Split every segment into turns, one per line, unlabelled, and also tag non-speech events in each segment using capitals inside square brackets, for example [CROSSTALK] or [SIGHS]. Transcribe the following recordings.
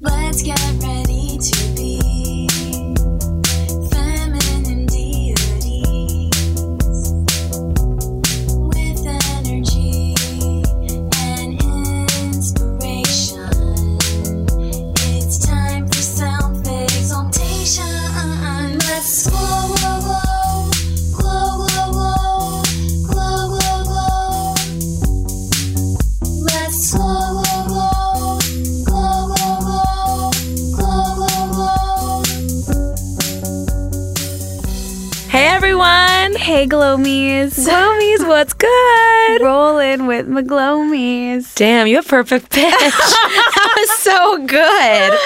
Let's get ready to be feminine deities with energy and inspiration. It's time for self exaltation. Let's glow, glow, glow, glow, glow, glow, glow, glow, glow. Let's glow, glow, glow, glow, glow, glow, glow, glow, glow.
Hey everyone!
Hey, Glomies.
Glomies, what's good?
Rolling with my Glomies.
Damn, you have
[LAUGHS]
perfect pitch. that was so good.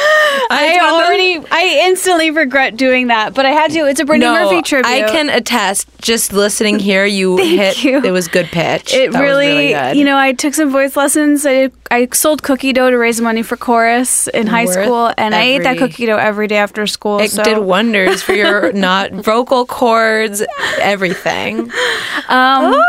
I already, I instantly regret doing that, but I had to. It's a Brittany
no,
Murphy tribute.
I can attest. Just listening
[LAUGHS]
here, you hit.
you.
It was good pitch.
It
That was
really,
good.
you know, I took some voice lessons. I, I sold cookie dough to raise money for chorus in high
Worth
school, and I ate that
every-
cookie dough every day after school.
It
so.
did wonders for
[LAUGHS]
your not vocal cords, everything. Oh.
Um,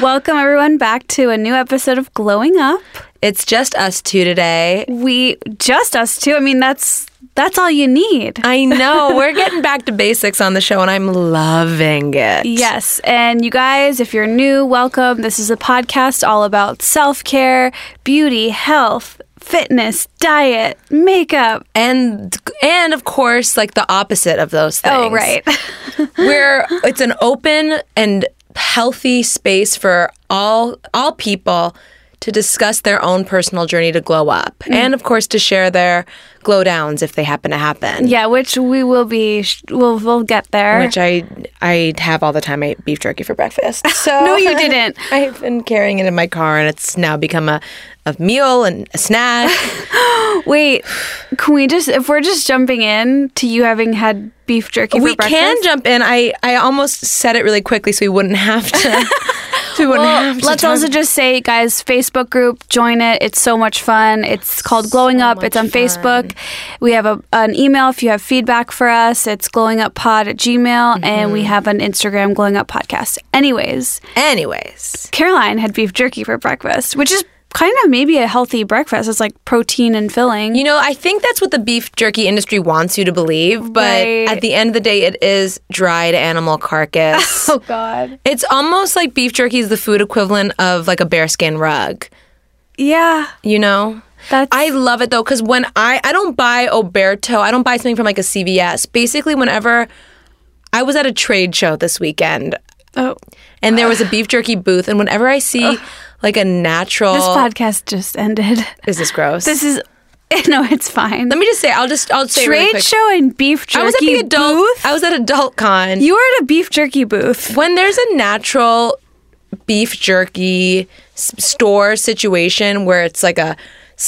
welcome everyone back to a new episode of Glowing Up.
It's just us two today.
We just us two. I mean, that's that's all you need.
I
[LAUGHS]
know we're getting back to basics on the show, and I'm loving it.
Yes. And you guys, if you're new, welcome. This is a podcast all about self care, beauty, health, fitness, diet, makeup.
and and of course, like the opposite of those things.
Oh, right. [LAUGHS]
where it's an open and healthy space for all all people to discuss their own personal journey to glow up
Mm.
and of course to share their glow downs if they happen to happen
yeah, which we will be, sh- we'll, we'll get there.
which i i have all the time i eat beef jerky
[LAUGHS]
for breakfast so
No,
[LAUGHS]
you didn't.
i've been carrying it in my car and it's now become a, a meal and
[LAUGHS]
a snack
Wait, can we just, if we're just jumping in to you having had beef jerky
we
for breakfast?
can jump in i i almost said it really quickly so we wouldn't have to
[LAUGHS]
so we wouldn't
Well,
have to
let's
talk
also just say, guys, Facebook group, join it. It's so much fun. It's called Glowing Up. It's on Facebook. We have a, an email if you have feedback for us. It's glowinguppod at gmail.
Mm-hmm.
And we have an Instagram glowing up podcast. Anyways,
anyways
Caroline had beef jerky for breakfast, which is kind of maybe a healthy breakfast. It's like protein and filling.
You know, I think that's what the beef jerky industry wants you to believe, but
Right.
at the end of the day, it is dried
[LAUGHS]
animal carcass.
oh, God.
it's almost like beef jerky is the food equivalent of like a bearskin rug,
Yeah.
you know?
That's.
I love it though, because when I, I don't buy Oberto, I don't buy something from like a CVS. Basically, whenever I was at a trade show this weekend
oh.
and there was a beef jerky booth, and whenever I see like a natural.
This podcast just ended.
is this
[LAUGHS]
gross?
This is. No, it's fine.
Let me just say, I'll just, I'll say really
Trade
quick.
show and beef jerky
I was at the adult.
booth.
I was at adult con.
You were at a beef jerky booth.
when there's a natural beef jerky s- store situation where it's like a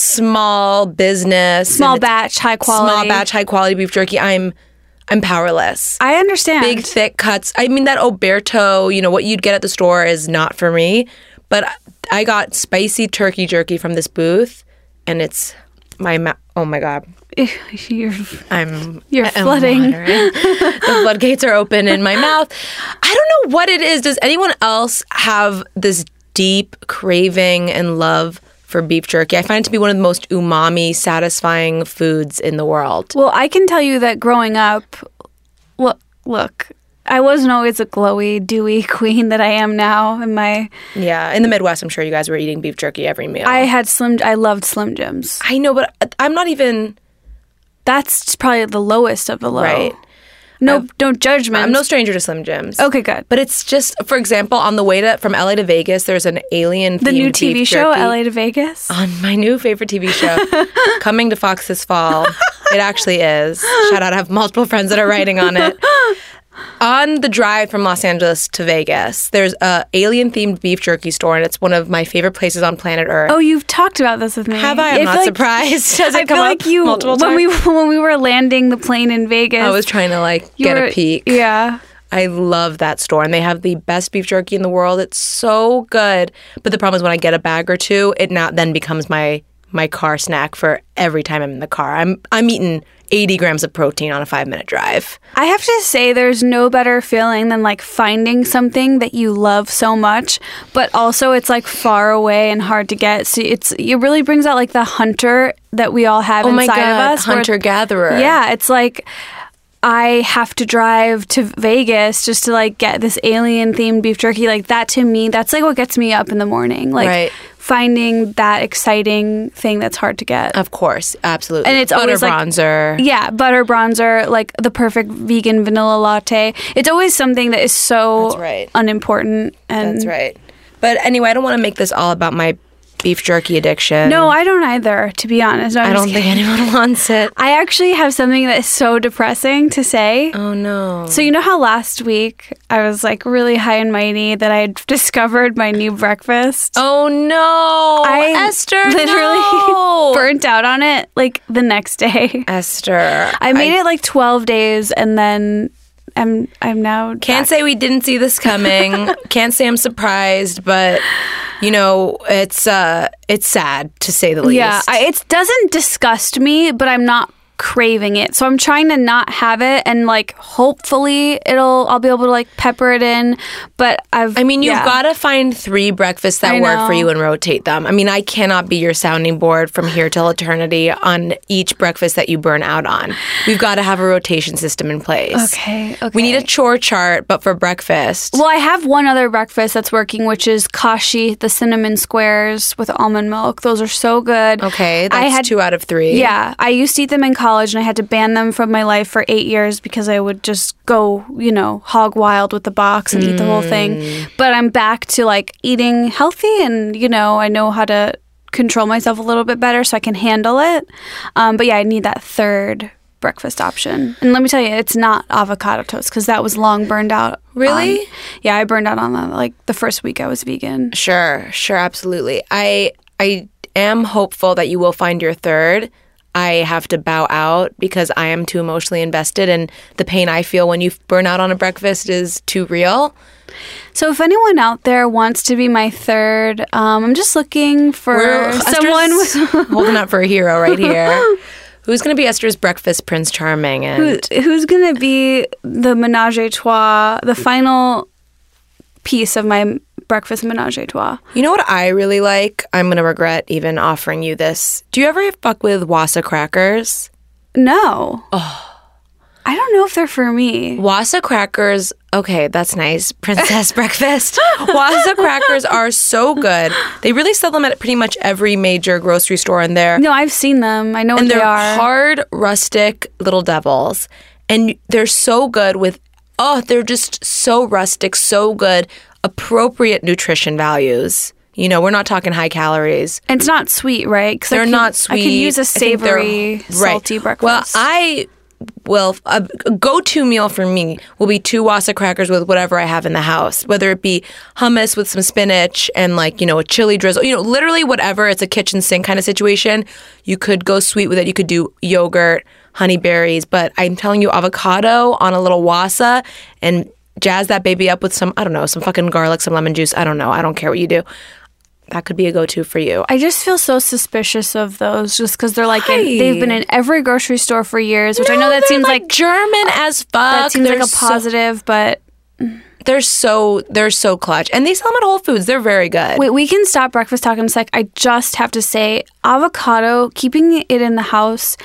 small business,
Small
and it's
batch, high quality.
small batch, high quality beef jerky, I'm I'm powerless.
I understand.
Big thick cuts. I mean that Oberto, you know what you'd get at the store is not for me, but I- I got spicy turkey jerky from this booth, and it's my ma- oh my god,
[LAUGHS] You're-
I'm
You're
I'm
flooding.
watering. [LAUGHS] the floodgates are open in my mouth. I don't know what it is. Does anyone else have this deep craving and love for beef jerky? I find it to be one of the most umami satisfying foods in the world.
well, I can tell you that growing up, look, look, I wasn't always a glowy, dewy [LAUGHS] queen that I am now. In my,
Yeah, in the Midwest, I'm sure you guys were eating beef jerky every meal.
I had slim. I loved Slim Jims.
I know, but I'm not even
That's probably the lowest of the low.
Right.
No, no judgment.
I'm no stranger to Slim Jims.
okay, good.
But it's just, for example, on the way to from LA to Vegas, there's an alien.
the new TV show, LA to Vegas.
on my new favorite TV show,
[LAUGHS]
coming to Fox this fall. It actually is. Shout out, I have multiple friends that are writing on it. On the drive from Los Angeles to Vegas, there's a alien themed beef jerky store, and it's one of my favorite places on planet Earth.
Oh, you've talked about this with me.
have I? I'm
feel
not
like-
surprised. [LAUGHS] Does it
I
come
feel
up
like you
multiple
when
times? Oh,
we [LAUGHS] when we were landing the plane in Vegas.
I was trying to like
you
get
were-
a peek.
Yeah.
I love that store, and they have the best beef jerky in the world. It's so good, but the problem is when I get a bag or two, it now then becomes my my car snack for every time I'm in the car. I'm I'm eating 80 grams of protein on a five minute drive.
I have to say, there's no better feeling than like finding something that you love so much, but also it's like far away and hard to get. So it's it really brings out like the hunter that we all have inside of us. where-
Oh hunter gatherer.
yeah, it's like I have to drive to Vegas just to like get this alien themed beef jerky. Like that to me, that's like what gets me up in the morning. Like
Right.
finding that exciting thing that's hard to get.
Of course, absolutely.
And it's
butter
always, like-
bronzer.
Yeah, butter bronzer, like the perfect vegan vanilla latte. It's always something that is so
That's right.
unimportant. And
That's right. But anyway, I don't want to make this all about my beef jerky addiction.
No, I don't either. To be honest, No, I'm
I
just
don't think
kidding.
anyone [LAUGHS] wants it.
I actually have something that's so depressing to say.
Oh no.
So you know how last week I was like really high and mighty that I had [LAUGHS] discovered my new breakfast.
Oh no,
I
Esther!
literally
[LAUGHS] no!
[LAUGHS] burnt out on it like the next
[LAUGHS]
day.
Esther,
I made it like 12 days and then I'm I'm now
Can't say we didn't see this [LAUGHS] coming. Can't say I'm surprised, but you know, it's uh, it's sad to say the least.
Yeah, I, it doesn't disgust me, but I'm not craving it. So I'm trying to not have it, and like hopefully it'll I'll be able to like pepper it in. But I've
I mean, you've
yeah.
got to find three breakfasts that
I
work for
know.
you and rotate them. I mean, I cannot be your sounding board from here till eternity on each breakfast that you burn out on. We've got to have a rotation system in place.
okay. Okay,
We need a chore chart, but for breakfast.
Well, I have one other breakfast that's working, which is kashi, the cinnamon squares with almond milk. Those are so good.
okay, that's
I had
two out of three.
Yeah, I used to eat them in college, and I had to ban them from my life for eight years because I would just go, you know, hog wild with the box and eat the whole thing. But I'm back to like eating healthy, and you know, I know how to control myself a little bit better, so I can handle it. Um, but yeah, I need that third breakfast option. And let me tell you, it's not avocado toast because that was long burned out.
Really?
on- Yeah, I burned out on that like the first week I was vegan.
Sure, sure, absolutely. I I am hopeful that you will find your third. I have to bow out because I am too emotionally invested, and the pain I feel when you burn out on a breakfast is too real.
So if anyone out there wants to be my third, um, I'm just looking for someone [LAUGHS] with
Esther's holding up for a hero right here. [LAUGHS] Who's going to be Esther's breakfast prince charming? And
who- who's gonna be the menage a trois, the final piece of my breakfast menage a trois.
you know what I really like? I'm going to regret even offering you this. Do you ever fuck with Wassa crackers?
No,
Oh.
I don't know if they're for me.
Wassa crackers, okay, that's nice. [LAUGHS] Princess breakfast. Wassa crackers are so good. They really sell them at pretty much every major grocery store in there.
No, I've seen them. I know what
and
they
they're
are.
hard, rustic little devils. And they're so good with, oh, they're just so rustic, so good. Appropriate nutrition values. You know, we're not talking high calories.
And it's not sweet, right? 'Cause I
They're
could-
not sweet.
I could use a
think they're-
savory, salty breakfast.
Well, I will. A go to meal for me will be two wassa crackers with whatever I have in the house, whether it be hummus with some spinach and like, you know, a chili drizzle, you know, literally whatever. It's a kitchen sink kind of situation. You could go sweet with it. You could do yogurt, honey berries, but I'm telling you, avocado on a little wassa and jazz that baby up with some, I don't know, some fucking garlic, some lemon juice. I don't know. I don't care what you do. That could be a go to for you.
I just feel so suspicious of those just because they're like in, they've been in every grocery store for years, which I know that
they're,
seems like,
German as fuck.
that seems like
They're
a
so-
positive, but
they're so they're so clutch, and they sell them at Whole Foods. They're very good.
Wait, we can stop breakfast talk in a sec. I just have to say, avocado, keeping it in the house,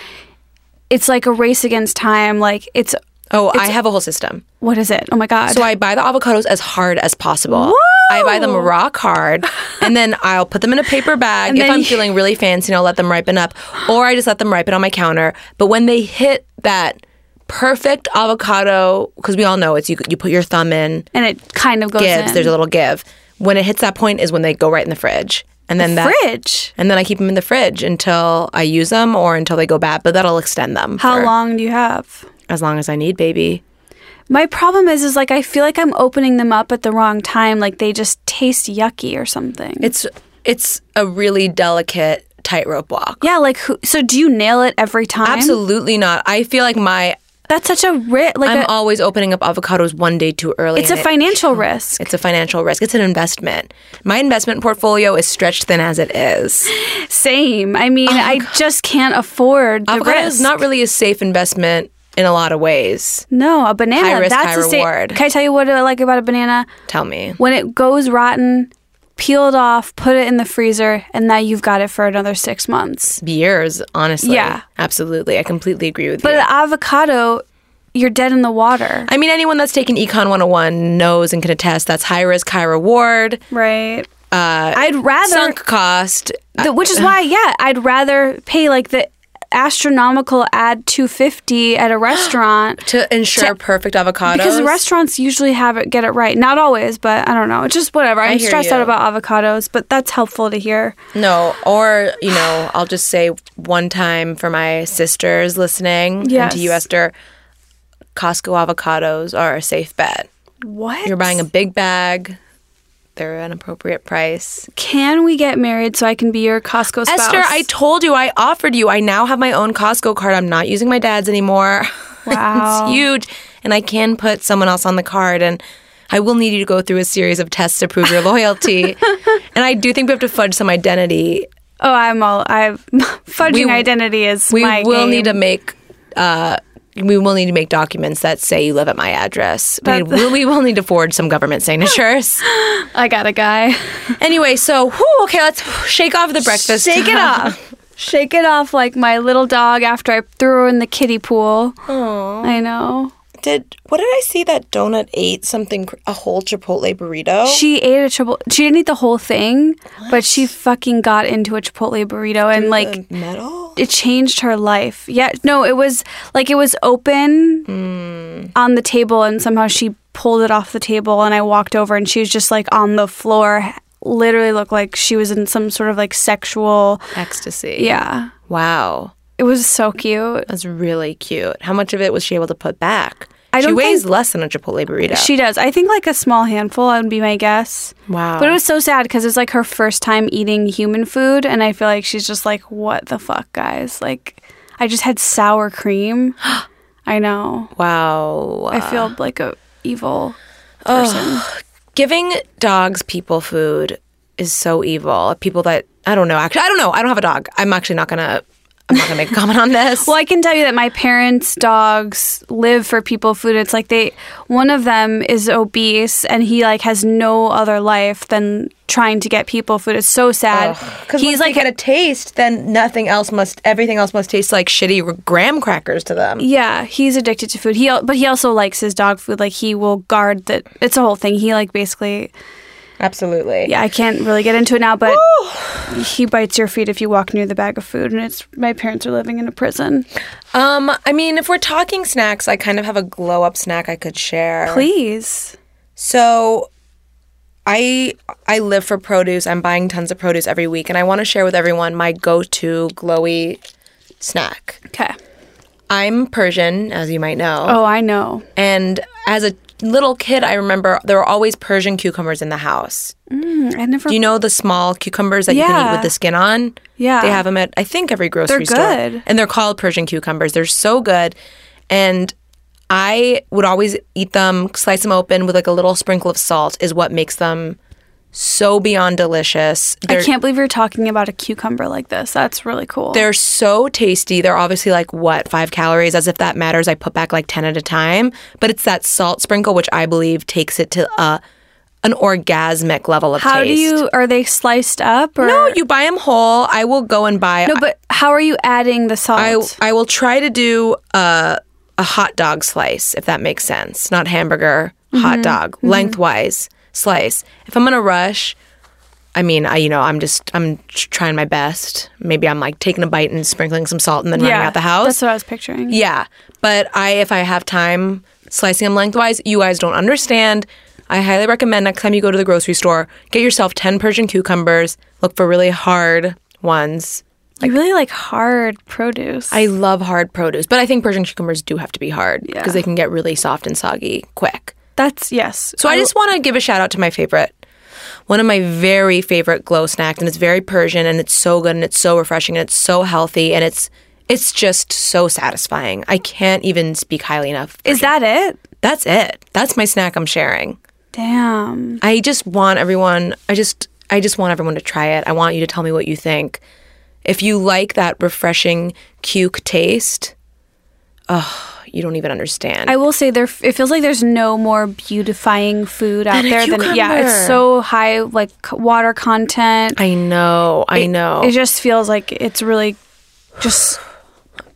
it's like a race against time. Like it's
oh, I have a whole system.
what is it? Oh my god!
So I buy the avocados as hard as possible. I buy
Oh!
them rock hard, and then I'll put them in
[LAUGHS]
a paper bag if
then
I'm
you-
feeling really fancy, and I'll let them ripen up, or I just let them ripen on my counter. But when they hit that perfect avocado, because we all know it's you, you put your thumb in,
and it kind of goes
gives,
in
there's a little give. When it hits that point is when they go right in the fridge, and then that
fridge.
and then I keep them in the fridge until I use them or until they go bad. But that'll extend them.
How
for
long do you have?
As long as I need, baby.
My problem is, is like I feel like I'm opening them up at the wrong time. Like they just taste yucky or something.
It's it's a really delicate tightrope walk.
yeah, like who, so. Do you nail it every time?
Absolutely not. I feel like my
That's such a risk. Like
I'm
a,
always opening up avocados one day too early.
it's a
and it-
financial risk.
It's a financial risk. It's an investment. My investment portfolio is stretched thin as it is.
Same. I mean, I just can't afford the
Avocado
risk.
is not really a safe investment in a lot of ways.
no, a banana.
High risk,
that's
high
a sa-
reward.
Can I tell you what I like about a banana?
Tell me.
When it goes rotten, peel it off, put it in the freezer, and now you've got it for another six months.
Years, honestly.
Yeah.
Absolutely. I completely agree with
But
you.
an avocado, you're dead in the water.
I mean, anyone that's taken Econ 101 knows and can attest that's high risk, high reward,
Right. Uh, I'd rather
sunk cost.
The- which is why, yeah, I'd rather pay like the astronomical add two fifty [GASPS] at a restaurant
To ensure perfect avocados,
because the restaurants usually have it get it right. Not always, but I don't know. It's just whatever. I'm
hear
stressed out
you.
about avocados, but that's helpful to hear.
No, or you know, I'll just say one time for my sisters listening and
Yes.
to you, Esther. Costco avocados are a safe bet.
What
You're buying a big bag; they're an appropriate price.
Can we get married so I can be your Costco spouse?
Esther, I told you, I offered you. I now have my own Costco card. I'm not using my dad's anymore. [LAUGHS]
Wow.
it's huge, and I can put someone else on the card and. I will need you to go through a series of tests to prove
[LAUGHS]
your loyalty. and I do think we have to fudge some identity
oh, I'm [LAUGHS] all. I fudging
We-
identity is
we
my
will
game.
need to make uh, we will need to make documents that say you live at my address. We,
That's-
will, we will need to forge some
[LAUGHS]
government signatures.
I got a guy.
anyway, so whew, okay, let's shake off the breakfast.
[LAUGHS] Shake
[LAUGHS]
it off. Shake it off like my little dog after I threw her in the kiddie pool.
Aw.
I know.
Did what did I see that donut ate something cr- a whole Chipotle burrito?
She ate a triple. She didn't eat the whole thing, but she fucking got into a Chipotle burrito and like
The metal.
it changed her life. Yeah, no, it was like it was open on the table and somehow she pulled it off the table and I walked over and she was just like on the floor. Literally looked like she was in some sort of like sexual.
Ecstasy.
Yeah.
Wow.
It was so cute.
That's really cute. How much of it was she able to put back?
I
she
don't
weighs less than a Chipotle burrito.
She does. I think like a small handful would be my guess.
wow.
But it was so sad because it's like her first time eating human food, and I feel like she's just like, "What the fuck, guys!" Like, I just had sour cream. I know.
wow.
I feel like a evil.
giving dogs people food is so evil. People that I don't know. Actually, I don't know. I don't have a dog. I'm actually not gonna. I'm not gonna make a [LAUGHS] comment on this.
Well, I can tell you that my parents' dogs live for people food. It's like they, one of them is obese, and he like has no other life than trying to get people food. It's so sad.
he's like at a taste, then nothing else must. Everything else must taste like shitty graham crackers to them.
Yeah, he's addicted to food. He al- but he also likes his dog food. Like he will guard that. It's a whole thing. He like basically.
Absolutely.
Yeah, I can't really get into it now, but he bites your feet if you walk near the bag of food, and it's my parents are living in a prison.
Um. I mean, if we're talking snacks, I kind of have a glow up snack I could share.
Please.
So I I live for produce. I'm buying tons of produce every week and I want to share with everyone my go-to glowy snack.
Okay.
I'm Persian, as you might know.
Oh, I know.
And as a little kid, I remember there were always Persian cucumbers in the house.
Mm, I never.
Do you know the small cucumbers that you can eat
Yeah.
with the skin on?
Yeah.
They have them at, I think, every grocery
Ah. They're
store.
good.
And they're called Persian cucumbers. They're so good. And I would always eat them, slice them open with like a little sprinkle of salt, is what makes them so beyond delicious. They're,
I can't believe you're talking about a cucumber like this. That's really cool.
They're so tasty. They're obviously like what five calories, as if that matters. I put back like ten at a time, but it's that salt sprinkle which I believe takes it to a an orgasmic level of
how
taste.
do you? Are they sliced up or
No, you buy them whole. I will go and buy.
No, but how are you adding the salt?
I I will try to do a a hot dog slice if that makes sense. Not hamburger, hot
Mm-hmm.
dog lengthwise slice. If I'm in a rush. I mean, I you know, I'm just I'm trying my best. Maybe I'm like taking a bite and sprinkling some salt and then running
yeah,
out the house.
That's what I was picturing.
Yeah, but I if I have time slicing them lengthwise, you guys don't understand. I highly recommend next time you go to the grocery store, get yourself 10 Persian cucumbers. Look for really hard ones.
you really like hard produce.
I love hard produce, but I think Persian cucumbers do have to be hard because
Yeah.
they can get really soft and soggy quick.
That's yes. Oh,
So I just want to give a shout out to my favorite, one of my very favorite glow snacks, and it's very Persian, and it's so good, and it's so refreshing, and it's so healthy, and it's It's just so satisfying. I can't even speak highly enough.
Is that it?
That's it. That's my snack I'm sharing.
Damn.
I just want everyone I just I just want everyone to try it. I want you to tell me what you think. If you like that refreshing cuke taste, oh, you don't even understand.
I will say there. It feels like there's no more beautifying food out
Than a
there than yeah. It's
cucumber.
so high like c- water content.
I know, I know.
It just feels like it's really just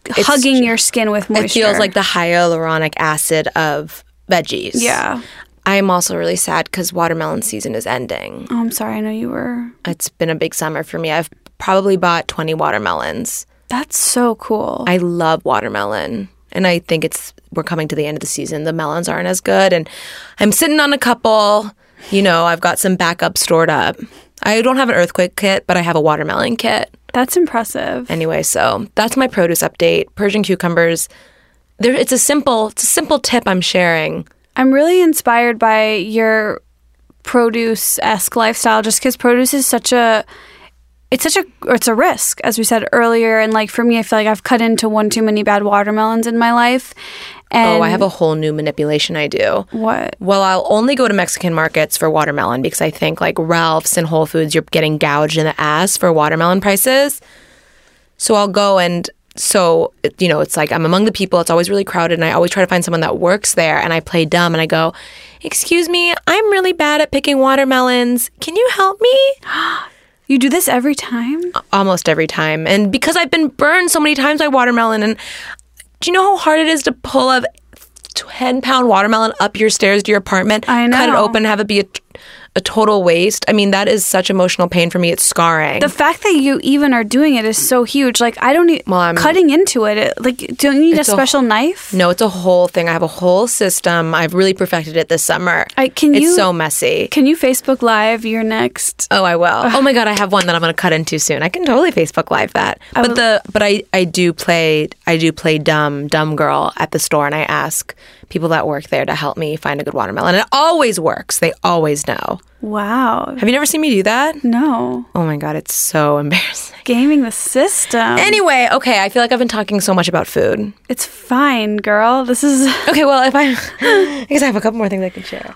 hugging your skin with moisture.
It feels like the hyaluronic acid of veggies.
yeah.
I'm also really sad because watermelon season is ending.
Oh, I'm sorry. I know you were.
It's been a big summer for me. I've probably bought 20 watermelons.
That's so cool.
I love watermelon. And I think it's we're coming to the end of the season. The melons aren't as good and I'm sitting on a couple. You know, I've got some backup stored up. I don't have an earthquake kit, but I have a watermelon kit.
That's impressive.
Anyway, so that's my produce update. Persian cucumbers. There it's a simple it's a simple tip I'm sharing.
I'm really inspired by your produce esque lifestyle, just because produce is such a it's such a it's a risk, as we said earlier. And like for me, I feel like I've cut into one too many bad watermelons in my life. And
oh, I have a whole new manipulation I do.
what?
Well, I'll only go to Mexican markets for watermelon because I think like Ralph's and Whole Foods, you're getting gouged in the ass for watermelon prices. So I'll go and so it- you know, it's like I'm among the people. It's always really crowded, and I always try to find someone that works there. And I play dumb and I go, "Excuse me, I'm really bad at picking watermelons. Can you help me?"
You do this every time?
Uh-uh. almost every time. And because I've been burned so many times by watermelon, and do you know how hard it is to pull a 10 pound watermelon up your stairs to your apartment,
I
cut it
know.
open, have it be a, a total waste? I mean, that is such emotional pain for me. It's scarring.
The fact that you even are doing it is so huge. Like I don't e-
Well, I'm-
cutting into it, it. Like don't you need a
It's a
special knife?
no, it's a whole thing. I have a whole system. I've really perfected it this summer.
I- can
it's
you-
so messy.
Can you Facebook Live your next?
Oh,
[LAUGHS]
I will. Oh my god, I have one that I'm going to cut into soon. I can totally Facebook live that. But the but I I do play I do play dumb dumb girl at the store, and I ask people that work there to help me find a good watermelon. And it always works. They always know.
Wow.
Have you never seen me do that?
No,
Oh my god, it's so [LAUGHS] embarrassing.
gaming the system.
Anyway, okay, I feel like I've been talking so much about food.
It's fine, girl. This is [LAUGHS]
Okay, well, if I [LAUGHS] I guess I have a couple more things I can share.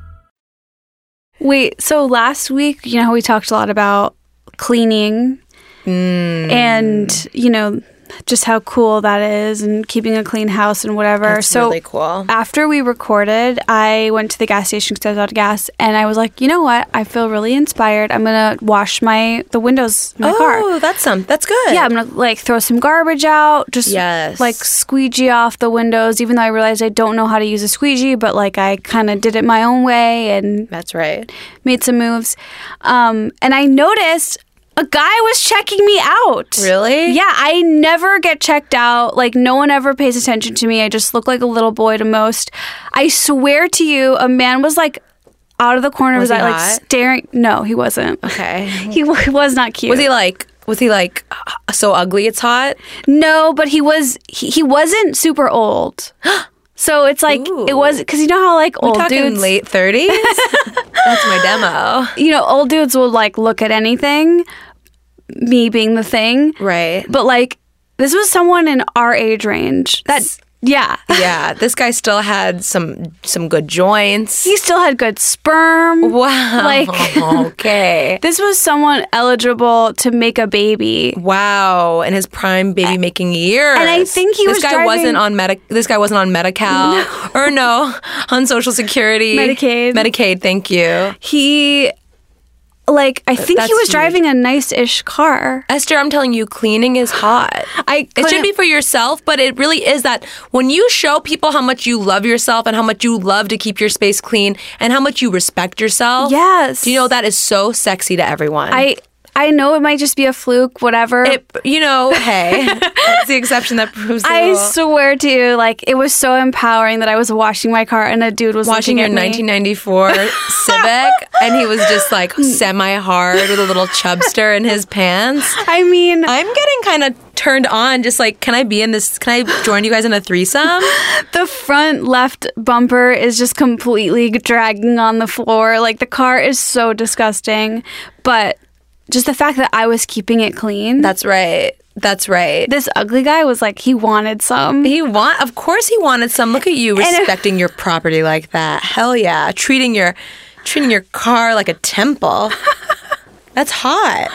wait. So last week, you know, how we talked a lot about cleaning,
Mm.
and you know, just how cool that is, and keeping a clean house and whatever.
That's
so
really cool.
after we recorded, I went to the gas station because I was out of gas, and I was like, you know what? I feel really inspired. I'm gonna wash my the windows in my car.
Oh, that's some that's good.
Yeah, I'm gonna like throw some garbage out. Just
Yes.
like squeegee off the windows. Even though I realized I don't know how to use a squeegee, but like I kind of did it my own way and
that's right.
made some moves. Um, and I noticed a guy was checking me out.
Really?
Yeah, I never get checked out. Like, no one ever pays attention to me. I just look like a little boy to most. I swear to you, a man was like out of the corner
Was
of his
he
eye,
hot?
like staring. No, he wasn't.
Okay.
[LAUGHS] He w- was not cute.
Was he like? Was he like uh, so ugly? It's hot.
No, but he was he, he wasn't super old. [GASPS] So it's like it was because you know how like old
Talking
dudes,
late thirties.
[LAUGHS]
That's my demo.
you know, old dudes will like look at anything, me being the thing,
Right.
but like this was someone in our age range. That yeah,
Yeah. This guy still had some some good joints.
he still had good sperm.
wow.
Like-
[LAUGHS] okay.
This was someone eligible to make a baby.
Wow. And his prime baby making years.
and I think he
this
was
guy
driving-
wasn't on medic. This guy wasn't on Medi-Cal
[LAUGHS]
or no on Social Security.
Medicaid.
Medicaid. Thank you,
He like I think
that's
he was
huge.
driving a nice-ish car.
Esther. I'm telling you, cleaning is hot.
I
It should
couldn't-
be for yourself, but it really is that when you show people how much you love yourself and how much you love to keep your space clean and how much you respect yourself.
Yes.
Do you know that is so sexy to everyone?
I I know it might just be a fluke, whatever.
It, you know, hey, it's the exception that proves the
I
rule.
swear to you, like it was so empowering that I was washing my car and a dude was
watching your
looking at me.
1994 Civic, and he was just like semi hard with a little chubster in his pants.
I mean,
I'm getting kind of turned on. Just like, can I be in this? Can I join you guys in a threesome?
the front left bumper is just completely dragging on the floor. Like the car is so disgusting, but just the fact that I was keeping it clean.
That's right. That's right.
this ugly guy was like he wanted some.
He want, of course, he wanted some. Look at you
if-
respecting your property like that. Hell yeah, treating your, treating your car like
[LAUGHS]
a temple. That's hot.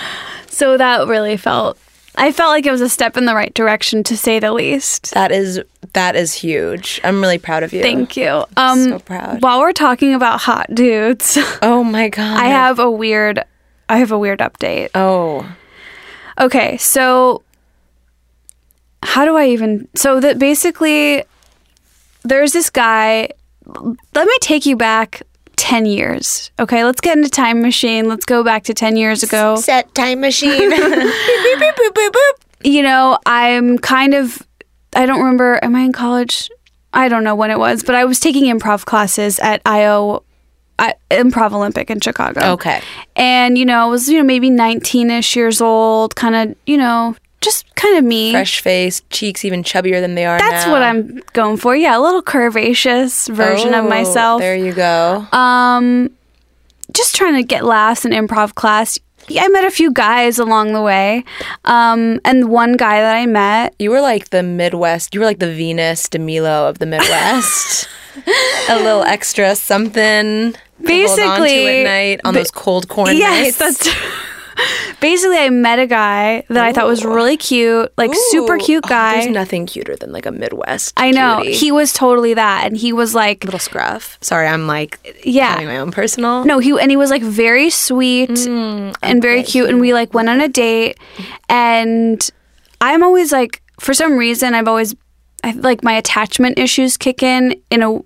So that really felt. I felt like it was a step in the right direction, to say the least.
That is that is huge. I'm really proud of you.
Thank you. Um,
so proud.
While we're talking about hot dudes, [LAUGHS]
Oh my god.
I have a weird. I have a weird update.
Oh.
Okay, so how do I even? So that basically, there's this guy. Let me take you back ten years. Okay, let's get in a time machine. Let's go back to ten years ago.
Set time
[LAUGHS]
machine. Beep, beep, boop, boop, boop.
you know, I'm kind of, I don't remember, am I in college? I don't know when it was, but I was taking improv classes at IO, I, Improv Olympic in Chicago.
Okay.
And, you know, I was, you know, maybe 19 ish years old, kind of, you know, just kind of me.
Fresh face, cheeks even chubbier than they are
That's
now.
what I'm going for. Yeah, a little curvaceous version of
Oh,
myself.
There you go.
just trying to get laughs in improv class. Yeah, I met a few guys along the way. Um, and one guy that I met,
you were like the Midwest. You were like the Venus DeMilo of
[LAUGHS]
the Midwest. a little extra something. to hold on to
Basically,
at night on those cold corn
Yes, [LAUGHS]
nights.
that's basically. I met a guy that I thought was really cute, like super
Ooh.
cute
Oh,
guy.
there's nothing cuter than like a Midwest.
I know
cutie.
he was totally that, and he was like,
little scruff. Sorry, I'm like
yeah,
having my own personal.
no, he and he was like very sweet
Mm,
and very cute, and we like went on a date, and I'm always like, for some reason, I've always, I like my attachment issues kick in in a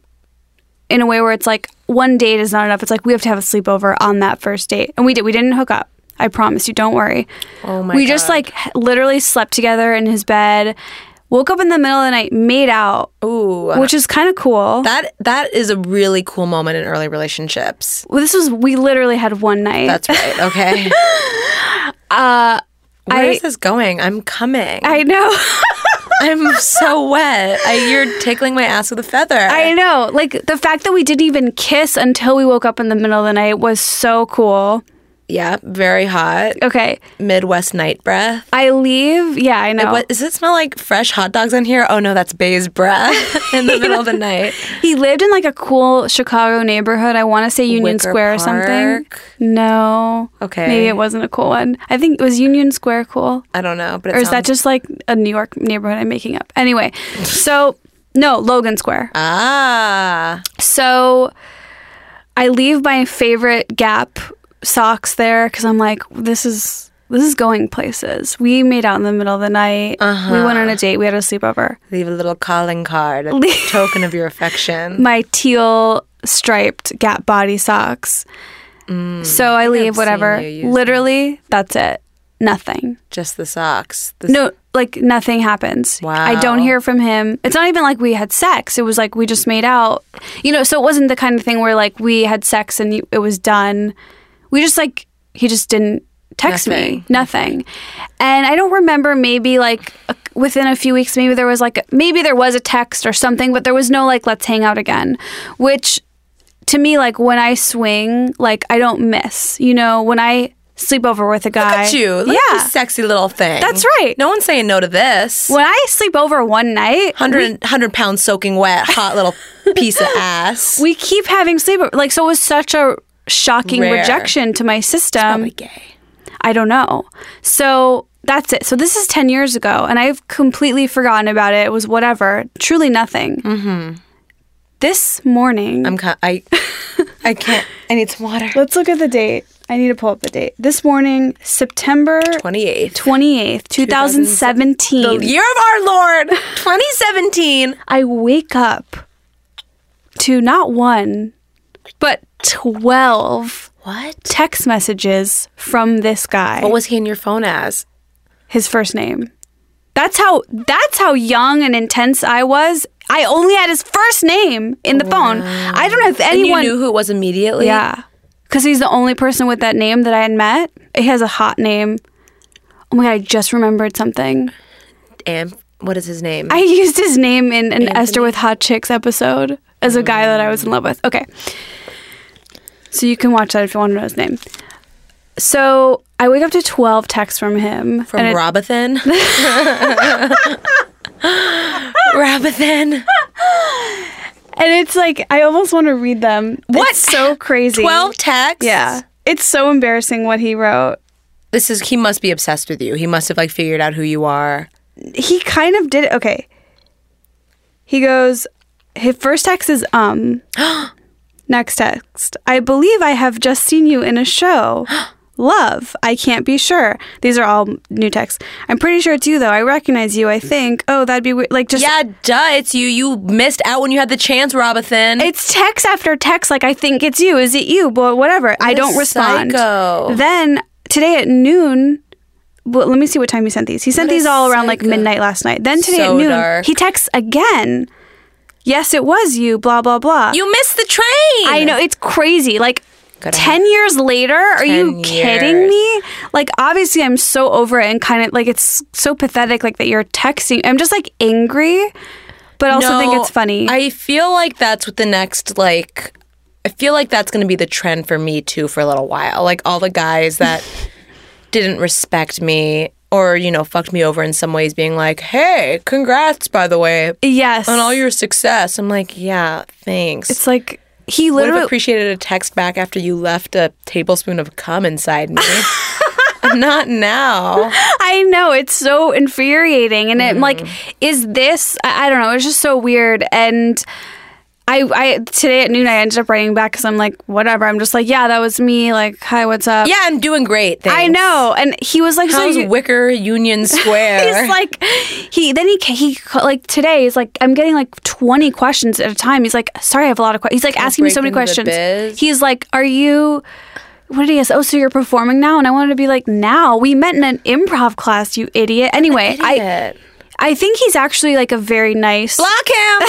in a way where it's like one date is not enough. It's like we have to have a sleepover on that first date, and we did. We didn't hook up. I promise you. Don't worry.
Oh my
we just
God.
like h- literally slept together in his bed. Woke up in the middle of the night, made out,
Ooh.
which is kind of cool.
That that is a really cool moment in early relationships.
well, this was we literally had one night.
That's
[LAUGHS]
right. Okay. uh where is
Uh, I-
this going? I'm coming. I,
I know.
am so wet. I, you're tickling my ass with a feather.
I know. Like the fact that we didn't even kiss until we woke up in the middle of the night was so cool.
yeah, very hot.
Okay.
Midwest night breath.
I leave. Yeah, I know.
What does it smell like? Fresh hot dogs in here? Oh no, that's Bay's breath [LAUGHS] in
[LAUGHS]
the middle of the night.
He lived in like a cool Chicago neighborhood. I want to say Union
Wicker
Square or something.
Park?
No.
Okay.
Maybe it wasn't a cool one. I think it was Union Square cool.
I don't know, but it
Or is that just
sounds-
like a New York neighborhood I'm making up? Anyway, so no, Logan Square.
ah
So I leave my favorite Gap socks there because I'm like, this is this is going places. We made out in the middle of the night. We went on a
Uh-huh.
date. We had a sleepover.
leave a little calling card, a [LAUGHS] token of your
[LAUGHS]
affection.
My teal striped Gap body socks.
Mm.
so I leave. Whatever.
you use them.
Literally, that's it. Nothing.
Just the socks. The
No, like nothing happens.
Wow.
I don't hear from him. It's not even like we had sex. It was like we just made out. You know, so it wasn't the kind of thing where like we had sex and it was done. We just like he just didn't text me. Nothing. And I don't remember maybe like a, within a few weeks maybe there was like maybe there was a text or something, but there was no like let's hang out again, which to me like when I swing, like I don't miss. You know, when I sleep over with a guy.
Look at you. Look at
yeah.
you sexy little thing.
That's right.
No one's saying no to this.
When I sleep over one night,
100, 100 pounds soaking wet,
[LAUGHS]
hot little piece of ass.
we keep having sleepover. Like, so it was such a shocking
Rare.
rejection to my system.
Probably gay.
I don't know. So that's it. So this is 10 years ago, and I've completely forgotten about it. It was whatever, truly nothing. Mm-hmm. This morning,
I'm kind
[LAUGHS]
I, I can't. I need some water.
let's look at the date. I need to pull up the date. This morning, September
28th.
28th, 2017.
The year of our Lord, 2017.
I wake up to not one, but 12
What?
text messages from this guy.
What was he in your phone as?
his first name. That's how that's how young and intense I was. I only had his first name in the phone. I don't have
And
anyone.
you knew who it was immediately?
yeah, because he's the only person with that name that I had met. He has a hot name. Oh my god! I just remembered something.
And what is his name?
I used his name in an Esther with Hot Chicks episode as a guy that I was in love with. Okay. So you can watch that if you want to know his name. So I wake up to 12 texts from him.
From
and it-
Robathan? [LAUGHS] [LAUGHS] Robathan.
And it's like I almost want to read them.
What?
It's so crazy.
12 texts?
Yeah. It's so embarrassing what he wrote.
This is, he must be obsessed with you. He must have like figured out who you are.
He kind of did it. Okay. He goes, his first text is um. Next text. I believe I have just seen you in a show. Love. I can't be sure. These are all new texts. I'm pretty sure it's you though. I recognize you. I think. Oh, that'd be weird. Like just
Yeah, duh, it's you. You missed out when you had the chance, Robathan.
It's text after text. Like I think it's you. Is it you? But whatever. I don't respond.
psycho.
Then today at noon. Well, let me see what time he sent these. He sent
What a
these all around like
psycho.
midnight last night. Then today
So
at noon,
dark.
he texts again. Yes, it was you. Blah blah blah.
You missed the train.
I know it's crazy. Like.
Good
Ten years later, are you
10
kidding
years.
me? Like, obviously, I'm so over it and kind of like it's so pathetic, like that you're texting. I'm just like angry, but also think
No,
it's funny.
I feel like that's what the next like. I feel like that's going to be the trend for me too for a little while. Like all the
[LAUGHS]
guys that didn't respect me or you know fucked me over in some ways, being like, "Hey, congrats by the way
yes.
on all your success." I'm like, "Yeah, thanks."
It's like he
would have
literally.
appreciated a text back after you left a tablespoon of cum inside
[LAUGHS]
me. Not now.
I know it's so infuriating, and it like is this? I, I don't know. It's just so weird, and I I today at noon I ended up writing back because I'm like whatever. I'm just like yeah, that was me. Like hi, what's up?
Yeah, I'm doing great. Thanks.
I know, and he was like so
How's
you- [LAUGHS]
Wicker Union Square?
He's like, he then he ca- he ca- like today he's like I'm getting like 20 questions at a time. He's like, sorry, I have a lot of questions. He's like asking me so
break
many
into the
questions.
biz.
He's like, are you? What did he ask? Oh, so you're performing now? And I wanted to be like, now we met in an improv class, you idiot. Anyway, I
Idiot.
I think he's actually like a very nice.
block
[LAUGHS]
him.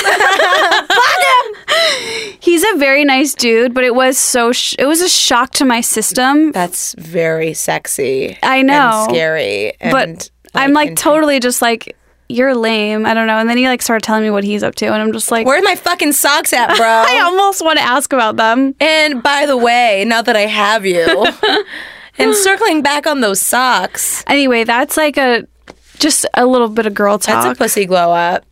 He's a very nice dude, but it was so sh- it was a shock to my system.
That's very sexy.
I know.
And scary. And
but I'm like
and-
totally just like you're lame. I don't know. And then he like started telling me what he's up to, and I'm just like.
where are my fucking socks at,
[LAUGHS]
bro?
I almost want to ask about them.
and by the way, now that I have
[LAUGHS]
you, and circling back on those socks,
Anyway, that's like a just a little bit of girl
that's
talk.
a pussy
[LAUGHS]
glow up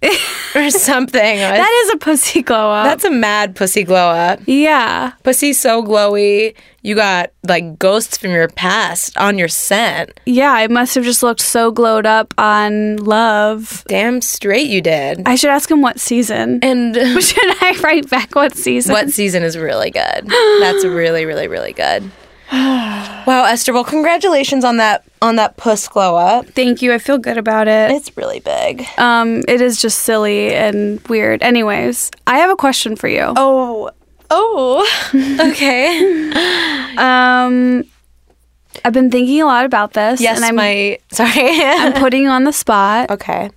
or something.
that is a pussy glow up.
that's a mad pussy glow up.
yeah.
Pussy so glowy. You got like ghosts from your past on your scent.
Yeah, I must have just looked so glowed up on love.
Damn straight you did.
I should ask him what season.
and
[LAUGHS] should I write back what season?
[LAUGHS] what season is really good. That's really, really, really good. [SIGHS] Wow, Esther. Well, congratulations on that on that puss glow up.
Thank you. I feel good about it.
It's really big.
Um, it is just silly and weird. Anyways, I have a question for you.
Oh, oh. [LAUGHS] okay.
Um, I've been thinking a lot about this.
Yes,
and I'm,
my sorry.
I'm putting you on the spot.
[LAUGHS] okay.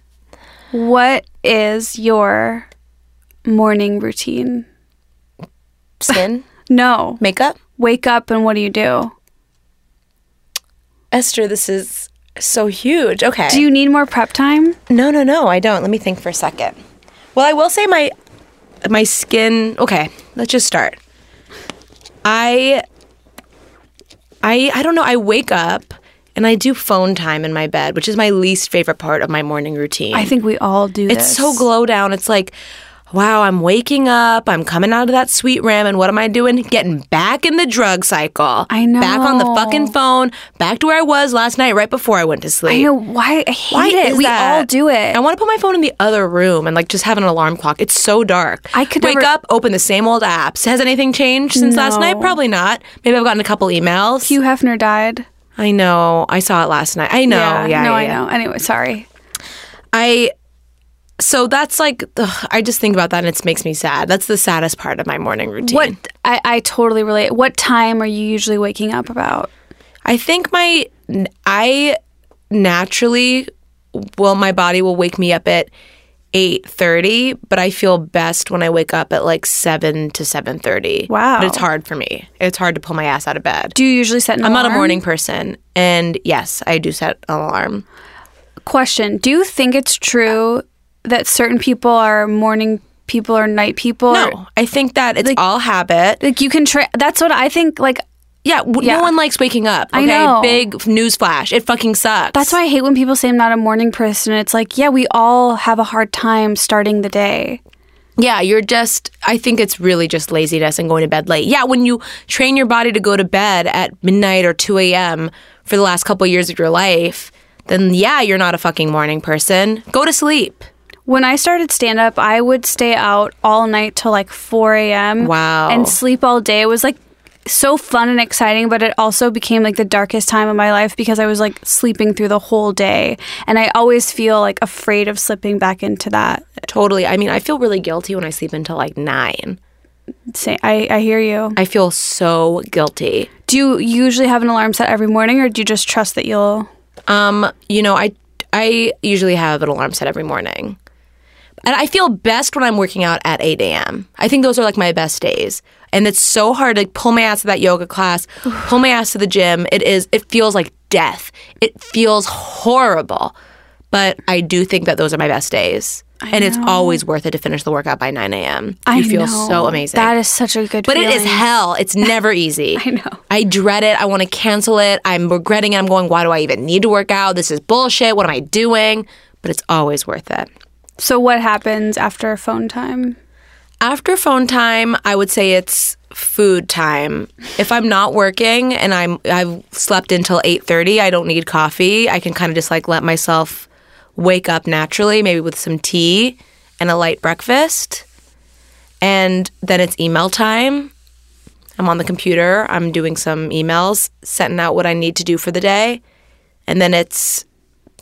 What is your morning routine?
Skin,
No.
makeup.
Wake up and what do you do?
Esther, this is so huge. Okay.
Do you need more prep time?
No, no, no. I don't. Let me think for a second. Well, I will say my my skin. Okay, let's just start. I I I don't know. I wake up and I do phone time in my bed, which is my least favorite part of my morning routine.
I think we all do
it's so glow down. It's like Wow, I'm waking up. I'm coming out of that sweet rim, and what am I doing? Getting back in the drug cycle.
I
Back on the
know.
fucking phone. Back to where I was last night, right before I went to sleep.
I know why I hate
Why
it.
is
we
that?
all do it.
I want to put my phone in the other room and like just have an alarm clock. It's so dark.
I could
wake
never-
up, open the same old apps. Has anything changed since last night?
No.
Probably not. Maybe I've gotten a couple emails.
Hugh Hefner died.
I know. I saw it last night. I know. Oh, Yeah.
no,
yeah,
I
yeah.
know. Anyway, sorry.
I so that's like ugh, I just think about that and it makes me sad. That's the saddest part of my morning routine.
What I, I totally relate. What time are you usually waking up about?
I think my I naturally well my body will wake me up at 8:30, but I feel best when I wake up at like 7 to 7:30.
Wow.
But it's hard for me. It's hard to pull my ass out of bed.
Do you usually set an
I'm
alarm?
not a morning person, and yes, I do set an alarm.
Question: Do you think it's true that certain people are morning people or night people?
No, I think that it's all habit.
like you can. Tra- that's what I think. Like
Yeah, w-
Yeah.
no one likes waking up.
I
Okay,
know.
big newsflash. It fucking sucks.
that's why I hate when people say I'm not a morning person. It's like yeah, we all have a hard time starting the day.
Yeah, you're just, I think it's really just laziness and going to bed late. Yeah, when you train your body to go to bed at midnight or 2 a.m. for the last couple of years of your life, then yeah, you're not a fucking morning person. Go to sleep.
When I started stand up, I would stay out all night till like 4 a.m.
Wow.
And sleep all day. It was like so fun and exciting, but it also became like the darkest time of my life because I was like sleeping through the whole day. And I always feel like afraid of slipping back into that.
Totally. I mean, I feel really guilty when I sleep until like nine.
Say, I, I hear you.
I feel so guilty.
Do you usually have an alarm set every morning or do you just trust that you'll?
Um, you know, I I usually have an alarm set every morning. And I feel best when I'm working out at 8 a.m. I think those are like my best days. And it's so hard to pull my ass to that yoga
[SIGHS]
class, pull my ass to the gym. It is it feels like death. It feels horrible. But I do think that those are my best days. and it's always worth it to finish the workout by 9 a.m.
I
you feel
know.
so amazing.
That is such a good
But it is
feeling.
hell. It's
[LAUGHS]
never easy. I
know.
I dread it. I want to cancel it. I'm regretting it. I'm going, why do I even need to work out? This is bullshit. What am I doing? But it's always worth it.
So, what happens after phone time?
After phone time, I would say it's food time. If I'm not working and I'm I've slept until 8:30, I don't need coffee. I can kind of just like let myself wake up naturally, maybe with some tea and a light breakfast. And then it's email time. I'm on the computer, I'm doing some emails, setting out what I need to do for the day. And then it's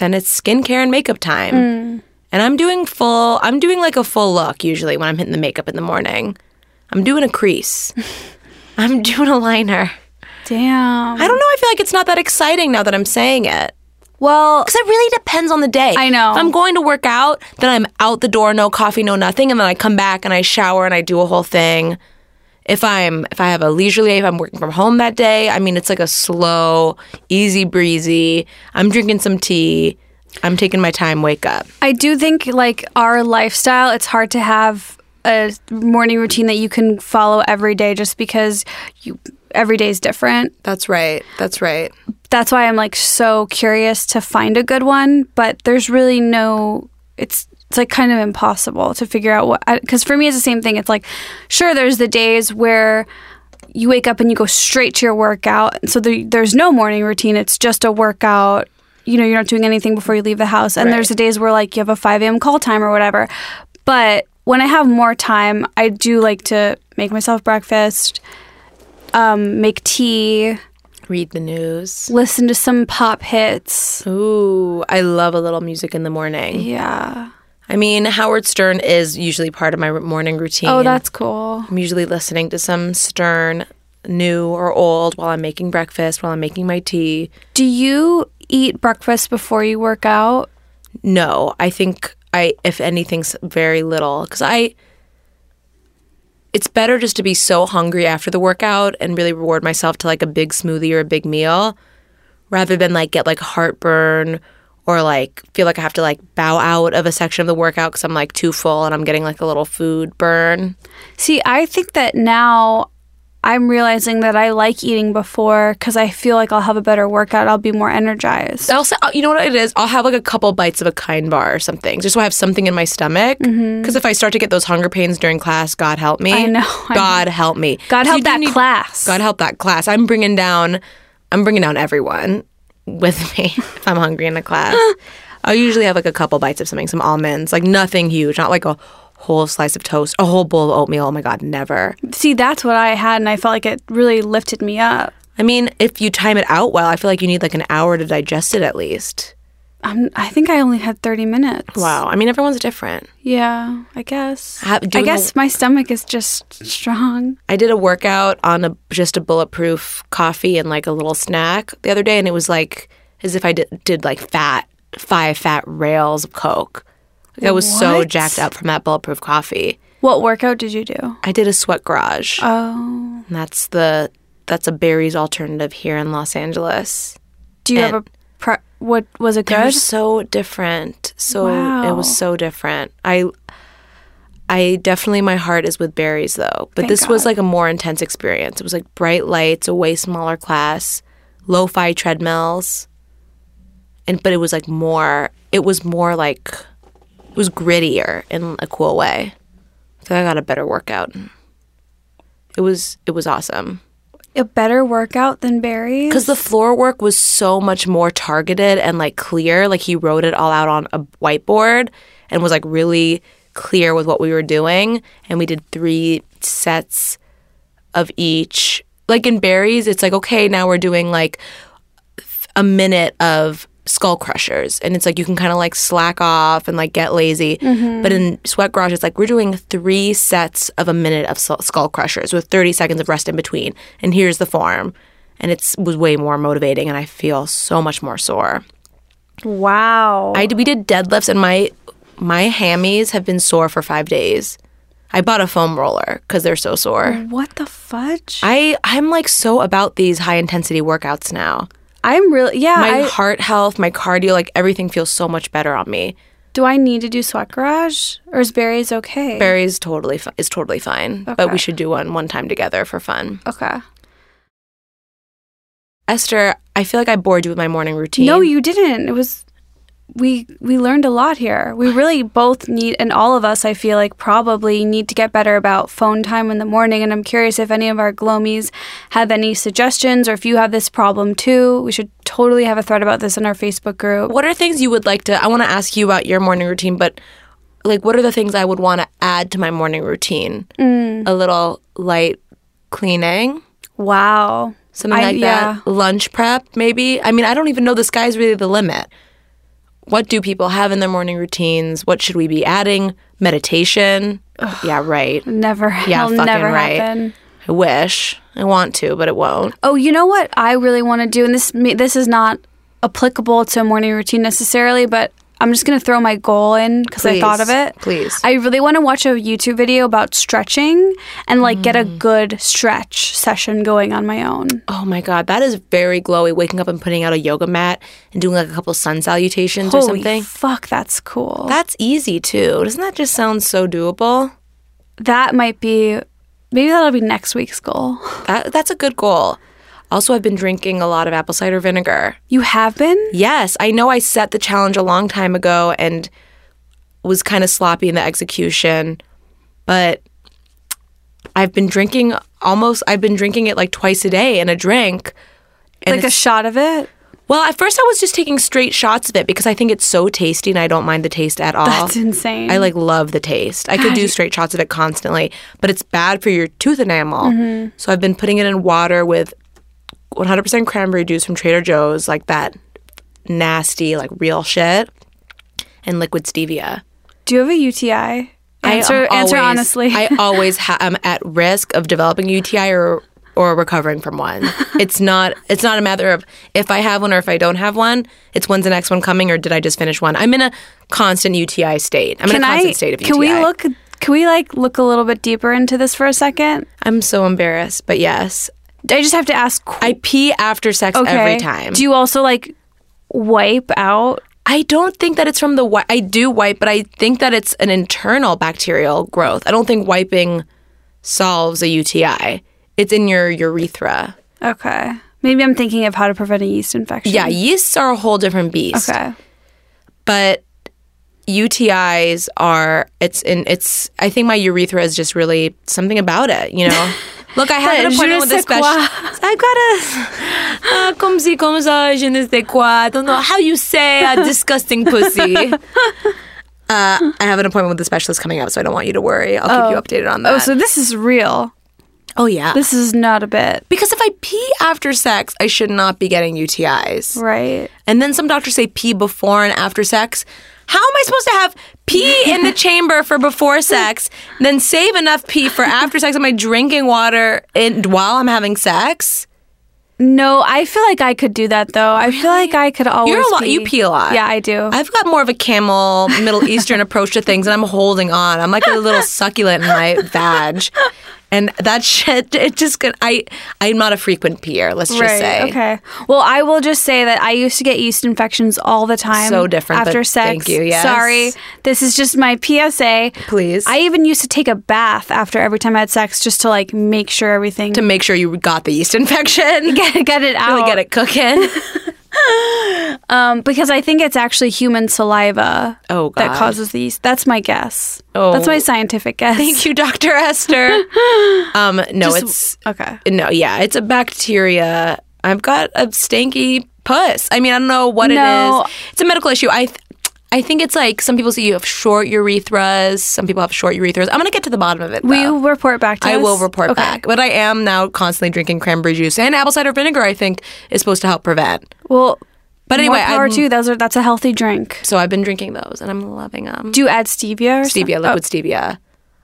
then it's skincare and makeup time. And I'm doing full, I'm doing like a full look usually when I'm hitting the makeup in the morning. I'm doing a [LAUGHS] crease. I'm doing a liner.
Damn.
I don't know. I feel like it's not that exciting now that I'm saying it.
Well,
Because it really depends on the day.
I know.
If I'm going to work out, then I'm out the door, no coffee, no nothing. And then I come back and I shower and I do a whole thing. If I'm if I have a leisurely, if I'm working from home that day, I mean it's like a slow, easy breezy. I'm drinking some tea. I'm taking my time, wake up.
I do think like our lifestyle, it's hard to have a morning routine that you can follow every day just because you every day is different.
That's right. That's right.
That's why I'm like so curious to find a good one, but there's really no it's it's like kind of impossible to figure out what cuz for me it's the same thing. It's like sure there's the days where you wake up and you go straight to your workout. So there, there's no morning routine. It's just a workout. You know, you're not doing anything before you leave the house. And there's the days where like you have a 5 a.m. call time or whatever. But when I have more time, I do like to make myself breakfast, um, make tea,
Read the news.
listen to some pop hits.
Ooh, I love a little music in the morning.
Yeah.
I mean, Howard Stern is usually part of my morning routine.
Oh, that's cool.
I'm usually listening to some Stern, new or old, while I'm making breakfast, while I'm making my tea.
Do you eat breakfast before you work out?
No, I think I, if anything, s- very little. Because I, it's better just to be so hungry after the workout and really reward myself to like a big smoothie or a big meal rather than like get like heartburn or like feel like I have to like bow out of a section of the workout because I'm like too full and I'm getting like a little food burn.
See, I think that now I'm realizing that I like eating before because I feel like I'll have a better workout. I'll be more energized.
I'll say, you know what it is? I'll have like a couple bites of a kind bar or something, just so I have something in my stomach. Because if I start to get those hunger pains during class, God help me.
Mm-hmm. I know, I know.
God help me.
God
'Cause
help
you do
that
need-
class.
God help that class. I'm bringing down, I'm bringing down everyone with me [LAUGHS] if I'm hungry in
[LAUGHS]
a class. I'll usually have like a couple bites of something, some almonds, like nothing huge, not like a whole slice of toast, a whole bowl of oatmeal. Oh my God, never.
See, that's what I had, and I felt like it really lifted me up.
I mean, if you time it out well, I feel like you need like an hour to digest it at least.
I'm, Um, I think I only had 30 minutes.
Wow. I mean, everyone's different.
Yeah, I guess.
Have- do
I
you
guess my stomach is just strong.
I did a workout on a just a bulletproof coffee and like a little snack the other day, and it was like as if I did, did like fat five fat rails of Coke. Like, I was so
What?
jacked up from that bulletproof coffee.
What workout did you do?
I did a sweat garage.
Oh.
and that's the that's a Barry's alternative here in Los Angeles.
Do you have a
And-
pre- what was it
They're
good?
so different. So it
Wow.
was so different. I I definitely my heart is with berries though. But
Thank
this was
God.
like a more intense experience. It was like bright lights, a way smaller class, lo-fi treadmills. And but it was like more it was more like it was grittier in a cool way. So I got a better workout. It was it was awesome.
a better workout than Barry's?
Because the floor work was so much more targeted and like clear. Like he wrote it all out on a whiteboard and was like really clear with what we were doing. And we did three sets of each. Like in Barry's, it's like, okay, now we're doing like a minute of skull crushers and it's like you can kind of like slack off and like get lazy but in sweat garage it's like we're doing three sets of a minute of Skull- skull crushers with 30 seconds of rest in between and here's the form and it's was way more motivating and i feel so much more sore
wow.
i d- we did deadlifts and my my hammies have been sore for five days i bought a foam roller because they're so sore
what the fudge?
i i'm like so about these high intensity workouts now
I, am really yeah.
my
I,
heart health, my cardio, like everything feels so much better on me.
do I need to do sweat garage or is Barry's okay?
Barry's totally fi- is totally fine, but
Okay.
we should do one one time together for fun.
Okay.
Esther, I feel like I bored you with my morning routine.
No, you didn't. It was we we learned a lot here. We really both need and all of us I feel like probably need to get better about phone time in the morning and I'm curious if any of our glomies have any suggestions or if you have this problem too. We should totally have a thread about this in our Facebook group.
What are things you would like to? I want to ask you about your morning routine, but like, what are the things I would want to add to my morning routine?
Mm.
A little light cleaning,
Wow.
something
I-
like
yeah.
that. Lunch prep, maybe. I mean, I don't even know. The sky's really the limit. What do people have in their morning routines? What should we be adding? Meditation. Yeah, right.
Never
Yeah,
will
fucking
never
right.
happen.
I wish. I want to, but it won't.
Oh, you know what I really want to do, and this ma- this is not applicable to a morning routine necessarily, but I'm just gonna throw my goal in because I
Please.
thought of it.
Please.
I really want to watch a YouTube video about stretching and like get a good stretch session going on my own.
Mm. Oh my god, that is very glowy. Waking up and putting out a yoga mat and doing like a couple sun salutations or
Holy
something.
fuck, that's cool. That
That's easy too. Doesn't that just sound so doable?
that might be. Maybe that'll be next week's goal.
That that's a good goal. Also, I've been drinking a lot of apple cider vinegar.
You have been?
Yes, I know I set the challenge a long time ago and was kind of sloppy in the execution, but I've been drinking almost I've been drinking it like twice a day in a drink. And
like a
it's-
shot of it?
Well, at first I was just taking straight shots of it because I think it's so tasty and I don't mind the taste at all.
That's insane.
I like love the taste. I could do straight shots of it constantly, but it's bad for your tooth enamel.
Mm-hmm.
So I've been putting it in water with 100% cranberry juice from Trader Joe's, like that nasty, like real shit, and liquid stevia.
Do you have a UTI?
I am
Answer, answer
always-
honestly. [LAUGHS]
I always ha- am at risk of developing UTI or or recovering from
[LAUGHS]
one. It's not it's not a matter of if I have one or if I don't have one. It's when's the next one coming or did I just finish one? I'm in a constant UTI state. I'm in a constant state of UTI.
Can we look? Can we like look a little bit deeper into this for a second?
I'm so embarrassed, but yes.
I just have to ask.
I pee after sex
okay.
every time.
Do you also like wipe out?
I don't think that it's from the wi- I do wipe, but I think that it's an internal bacterial growth. I don't think wiping solves a UTI. It's in your urethra.
Okay. Maybe I'm thinking of how to prevent a yeast infection.
Yeah, yeasts are a whole different beast.
Okay.
But UTIs are it's in it's I think my urethra is just really something about it, you [LAUGHS] know. Look, I had an
But
appointment with
je
a
ne sais
special
quoi.
I [LAUGHS] got a uh, comme si comme ça, je ne sais quoi. I don't know how you say [LAUGHS] a disgusting [LAUGHS] pussy. Uh, I have an appointment with a specialist coming up, Oh. so I don't want you to worry. I'll keep you updated on that.
Oh, so this is real.
Oh yeah.
This is not a bit,
because if I pee after sex, I should not be getting UTIs.
right?
And then some doctors say pee before and after sex. How am I supposed to have pee in the chamber for before sex, then save enough pee for after sex? Am I drinking water in, while I'm having sex?
No, I feel like I could do that though. I feel like I could always.
You're a lot.
be-
You pee a lot.
Yeah, I do.
I've got more of a camel Middle Eastern approach to things, and I'm holding on. I'm like a little succulent in my vag, and that shit. It just gonna. I I'm not a frequent peer. Let's just
right.
say.
Okay. Well, I will just say that I used to get yeast infections all the time.
So different,
after
but
sex.
thank you, yes.
Sorry, this is just my PSA.
Please.
I even used to take a bath after every time I had sex, just to like make sure everything
To make sure you got the yeast
[LAUGHS]
infection,
get, get it out.
really get it cooking.
[LAUGHS] Um, because I think it's actually human saliva
Oh, God.
that causes these. That's my guess.
Oh.
That's my scientific guess.
Thank you,
[LAUGHS]
Dr. Esther. Um, no, it's
Okay.
no, yeah, it's a bacteria. I've got a stanky puss. I mean, I don't know what
No.
it is. It's a medical issue. I, th- I think it's like some people say you have short urethras. Some people have short urethras. I'm gonna get to the bottom of it.
Will
though.
you report back to
I
us?
will report
Okay.
back. But I am now constantly drinking cranberry juice and apple cider vinegar. I think is supposed to help prevent.
Well,
But
more
anyway,
power
I'm-
too. Those are that's a healthy drink.
So I've been drinking those and I'm loving them.
Do you add stevia? Or something?
Stevia, liquid stevia.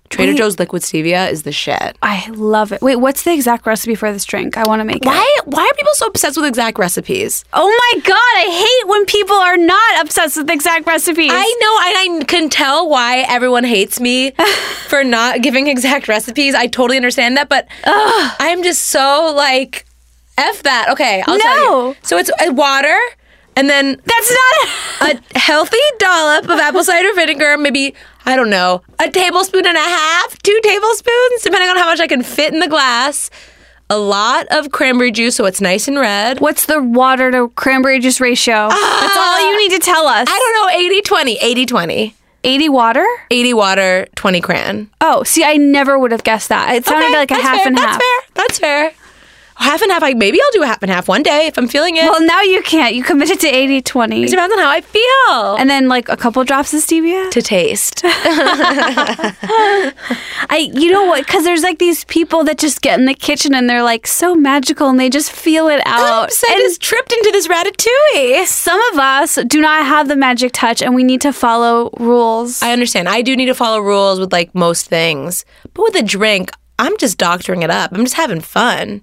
Trader Joe's liquid stevia is the shit.
Oh, I love it. Wait, what's the exact recipe for this drink? I want to make it.
Why? Why are people so obsessed with exact recipes?
Oh my god! I hate when people are not obsessed with exact recipes.
I know, and I can tell why everyone hates
[LAUGHS]
me for not giving exact recipes. I totally understand that, but I'm just so like, f that. Okay, I'll tell
No.
you. So it's uh, water, and then
that's not. [LAUGHS]
a healthy dollop of apple cider vinegar, maybe, I don't know, a tablespoon and a half, two tablespoons, depending on how much I can fit in the glass. A lot of cranberry juice, so it's nice and red.
What's the water to cranberry juice ratio? that's all you need to tell us.
Ah. I don't know, 80 20, 80 20.
Eighty water.
80 water, 20 cran.
Oh, see, I never would have guessed that. It sounded
Okay,
like a
that's
half
fair,
and
that's
half.
That's fair. That's fair. Half and half. I maybe I'll do a half and half one day if I'm feeling it.
Well, now you can't. You committed to 80
it
20.
depends on how I feel.
And then like a couple drops of stevia.
to taste.
I, you know what? Because there's like these people that just get in the kitchen and they're like so magical and they just feel it [LAUGHS] out.
Oops, I
And
just tripped into this ratatouille.
some of us do not have the magic touch and we need to follow rules.
I understand. I do need to follow rules with like most things, but with a drink, I'm just doctoring it up. I'm just having fun.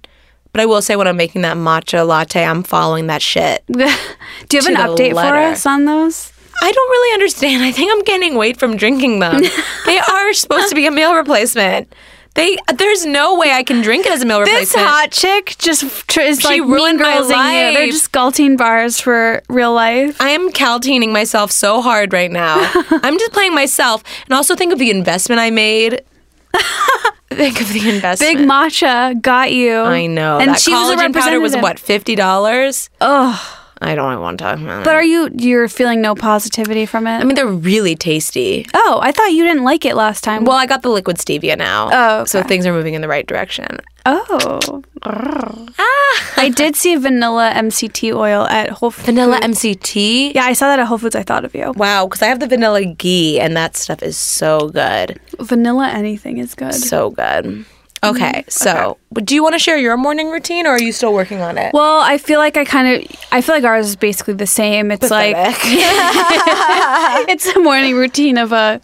But I will say, when I'm making that matcha latte, I'm following that shit.
[LAUGHS] do you have an
the
update for
letter.
us on those?
I don't really understand. I think I'm gaining weight from drinking
[LAUGHS]
them. they are supposed to be a meal replacement. They there's no way I can drink it as a meal
This
replacement.
hot chick just tr- is like mean
ruined my
girls in here. They're
life.
just gulting bars for real life.
I am caltining myself so hard right
[LAUGHS]
now. I'm just playing myself, and also think of the investment
[LAUGHS]
I made. think of the investment.
Big matcha got you.
I know.
And
that
she was a
collagen powder was
representative.
what fifty dollars. Ugh. I don't want to talk about.
But
it.
are you you're feeling no positivity from it?
I mean, they're really tasty.
oh, I thought you didn't like it last time.
Well, I got the liquid stevia now.
Oh, okay.
so things are moving in the right direction.
oh.
ah.
I did see vanilla MCT oil at Whole Foods.
Vanilla MCT.
Yeah, I saw that at Whole Foods. I thought of you.
Wow, because I have the vanilla ghee, and that stuff is so good,
Vanilla anything is good.
so good.
Mm-hmm.
Okay, so do you want to share your morning routine, or are you still working on it?
Well, I feel like I kind of I feel like ours is basically the same. It's [LAUGHS] like it's a morning routine of a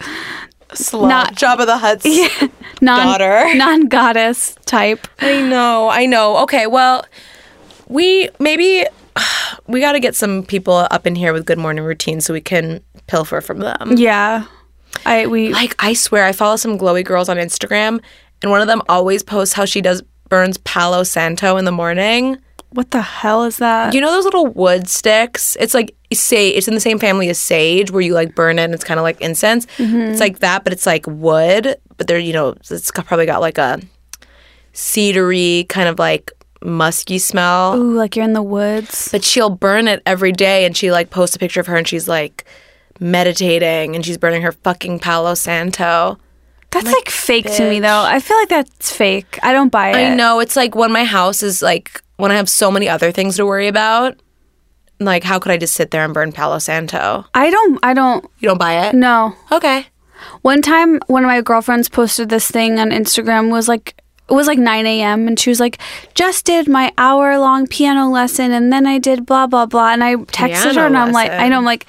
not-
Job of the Hutt's.
non [LAUGHS]
Daughter.
non goddess type.
[LAUGHS] I know, I know. Okay, well, we maybe [SIGHS] we got to get some people up in here with good morning routines so we can pilfer from them.
Yeah. I we
Like I swear, I follow some glowy girls on Instagram, and one of them always posts how she does burns Palo Santo in the morning.
what the hell is that?
You know those little wood sticks? It's like sage. It's in the same family as sage, where you like burn it, and it's kind of like incense. It's like that, but it's like wood. But they're you know it's got, probably got like a cedary kind of like musky smell.
Ooh, like you're in the woods.
But she'll burn it every day, and she like posts a picture of her, and she's like meditating, and she's burning her fucking Palo Santo.
That's like, fake to me though. I feel like that's fake. I don't buy it.
I know it's like when my house is like when I have so many other things to worry about. Like, how could I just sit there and burn Palo Santo?
I don't I don't
You don't buy it?
know.
Okay.
One time, one of my girlfriends posted this thing on Instagram was like it was like 9 a.m. and she was like, just did my hour long piano lesson and then I did blah, blah, blah. And I texted
Piano
her and I'm like,
lesson.
I know, I'm like,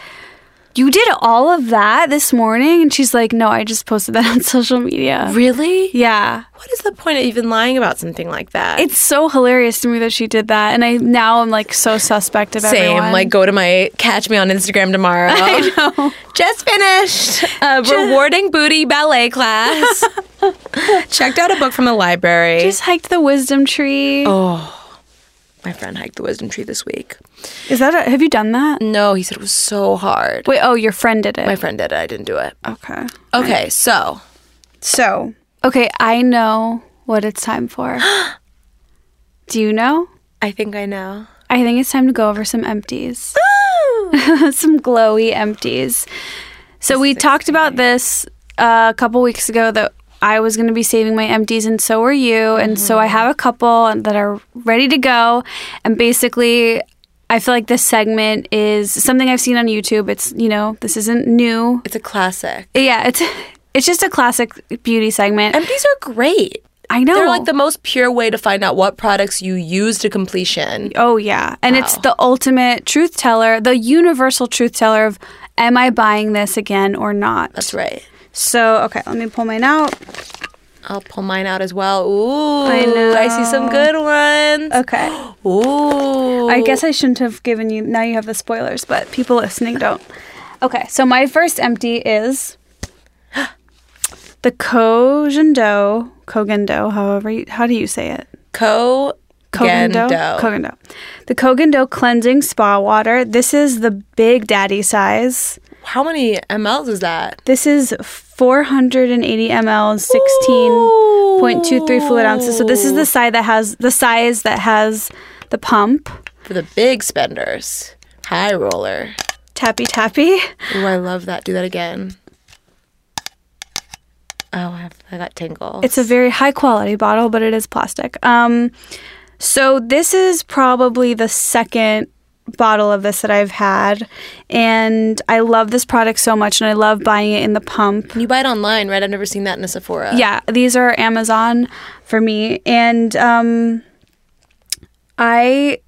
you did all of that this morning? And she's like, no, I just posted that [LAUGHS] on social media.
Really?
Yeah.
What is the point of even lying about something like that?
It's so hilarious to me that she did that. And I now I'm like so suspect of
same.
everyone.
Like, go to my catch me on Instagram tomorrow. [LAUGHS] I know. Just finished [LAUGHS] a rewarding booty ballet class. [LAUGHS] Checked out a book from the library.
just hiked the wisdom tree. Oh.
my friend hiked the wisdom tree this week.
Is that a, have you done that?
No, he said it was so hard.
Wait, oh, your friend did it.
Mm. My friend did it. I didn't do it.
okay.
Okay, so
So, okay, I know what it's time
[GASPS]
for. Do you know?
I think I know.
I think it's time to go over some empties. [LAUGHS] some glowy empties. So we talked about this uh, a couple weeks ago that I was going to be saving my empties, and so are you. And so
Mm-hmm.
I have a couple that are ready to go. And basically, I feel like this segment is something I've seen on YouTube. It's you know this isn't new.
It's a classic.
Yeah, it's [LAUGHS] it's just a classic beauty segment.
Empties are great.
I know
They're like the most pure way to find out what products you use to completion.
Oh yeah, and it's the ultimate truth teller, the universal truth teller of am I buying this again or not?
That's right.
So, okay, let me pull mine out.
I'll pull mine out as well. Ooh,
I know.
I see some good ones.
Okay.
[GASPS] Ooh,
I guess I shouldn't have given you now you have the spoilers, but people listening don't. Okay, so my first empty is the Kogendo, Kogendo, however you, how do you say it?
Co
Kogendo. Kogendo. The Kogendo cleansing spa water. This is the big daddy size.
How many mLs is that?
This is 480 ml, 16.23 fluid ounces. So this is the size that has the size that has the pump.
For the big spenders, high roller.
Tappy tappy.
Ooh, I love that. Do that again. Oh, I, have, I got tingle.
It's a very high quality bottle, but it is plastic. Um, so this is probably the second bottle of this that I've had, and I love this product so much, and I love buying it in the pump.
you buy it online, right? I've never seen that in a Sephora.
yeah these are amazon for me and um i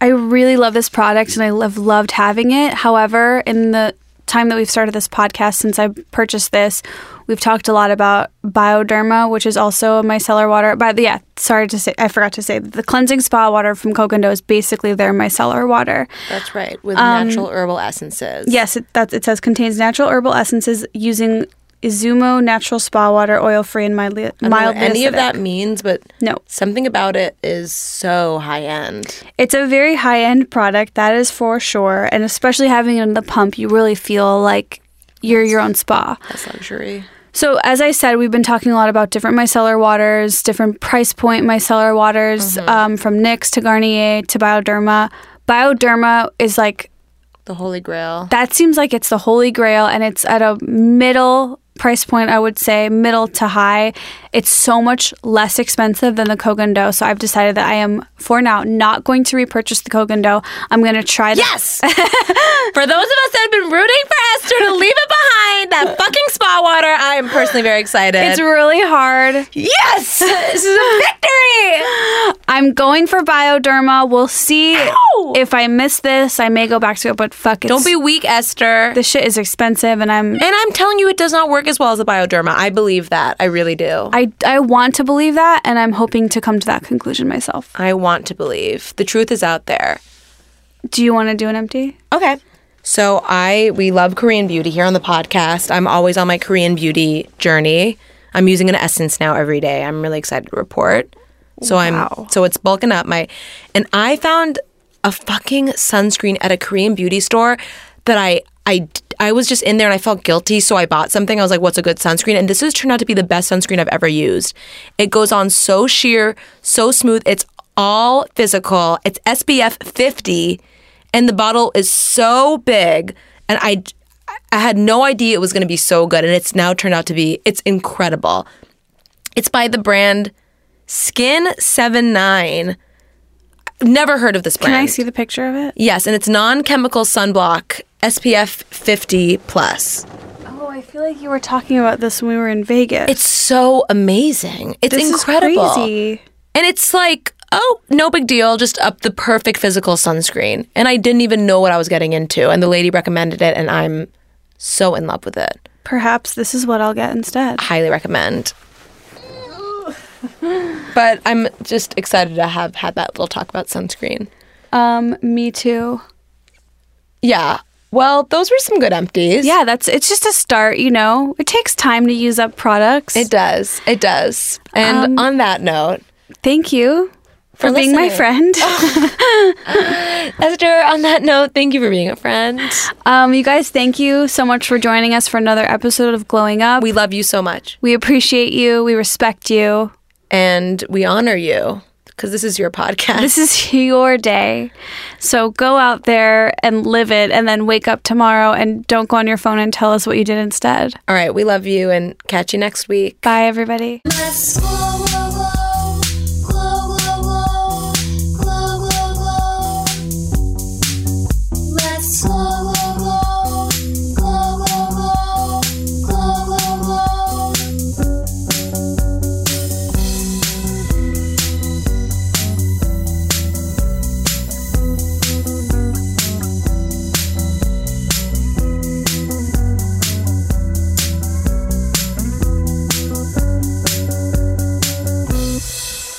i really love this product and i love loved having it however in the time that we've started this podcast since i purchased this we've talked a lot about bioderma which is also a micellar water but yeah sorry to say i forgot to say that the cleansing spa water from kokendo is basically their micellar water
that's right. With
Um,
natural herbal essences.
Yes, it, that's, it says contains natural herbal essences using Izumo natural spa water, oil free and mildly,
I don't know what
mildly
any of
acidic.
that means, but
No,
something about it is so high end.
it's a very high end product that is for sure, and especially having it in the pump, you really feel like you're your own spa.
That's luxury.
So, as I said, we've been talking a lot about different micellar waters, different price point micellar waters, um, from NYX to Garnier to Bioderma. Bioderma is like
The Holy Grail.
that seems like it's the holy grail and it's at a middle price point i would say middle to high it's so much less expensive than the kogendo so i've decided that i am for now not going to repurchase the kogendo i'm going to try the
[LAUGHS] Yes! For those of us that have been rooting for Esther to leave it behind, that fucking spa water, I am personally very excited.
it's really
[GASPS]
hard
yes! [LAUGHS] This is a victory!
i'm going for bioderma we'll see if i miss this i may go back to it but fuck it
Don't be weak, Esther.
this shit is expensive and i'm
And I'm telling you, it does not work as well as a bioderma. I believe that. I really do.
I, I want to believe that and i'm hoping to come to that conclusion myself
I want to believe. The truth is out there.
do you want to do an empty
Okay. So I we love Korean beauty here on the podcast. I'm always on my Korean beauty journey. I'm using an essence now every day. I'm really excited to report. So I'm so it's bulking up my and I found a fucking sunscreen at a Korean beauty store that I I I was just in there and I felt guilty, so I bought something. I was like, "What's a good sunscreen?" And this has turned out to be the best sunscreen I've ever used. It goes on so sheer, so smooth. It's all physical. It's SPF 50 and the bottle is so big and i i had no idea it was going to be so good and it's now turned out to be it's incredible it's by the brand skin 79 I've never heard of this brand
can i see the picture of it
yes and it's non-chemical sunblock spf 50 plus
Oh, I I feel like you were talking about this when we were in Vegas.
It's so amazing. It's
this
incredible.
Is crazy.
And it's like, oh, no big deal, just up the perfect physical sunscreen. And I didn't even know what I was getting into. And the lady recommended it, and I'm so in love with it.
Perhaps this is what I'll get instead.
Highly recommend. but I'm just excited to have had that little talk about sunscreen.
Um, me too.
Yeah. Well, those were some good empties.
Yeah, that's it's just a start, you know. It takes time to use up products.
It does. It does. And on that note,
Thank you for,
For
being my
listening.
friend. [LAUGHS]
Esther, on that note, thank you for being a friend.
um, you guys, thank you so much for joining us for another episode of Glowing Up.
We love you so much.
we appreciate you. We respect you.
and we honor you because this is your podcast.
This is [LAUGHS] your day. So go out there and live it and then wake up tomorrow and don't go on your phone and tell us what you did instead.
All right, we love you and catch you next week.
Bye, everybody.
Let's glow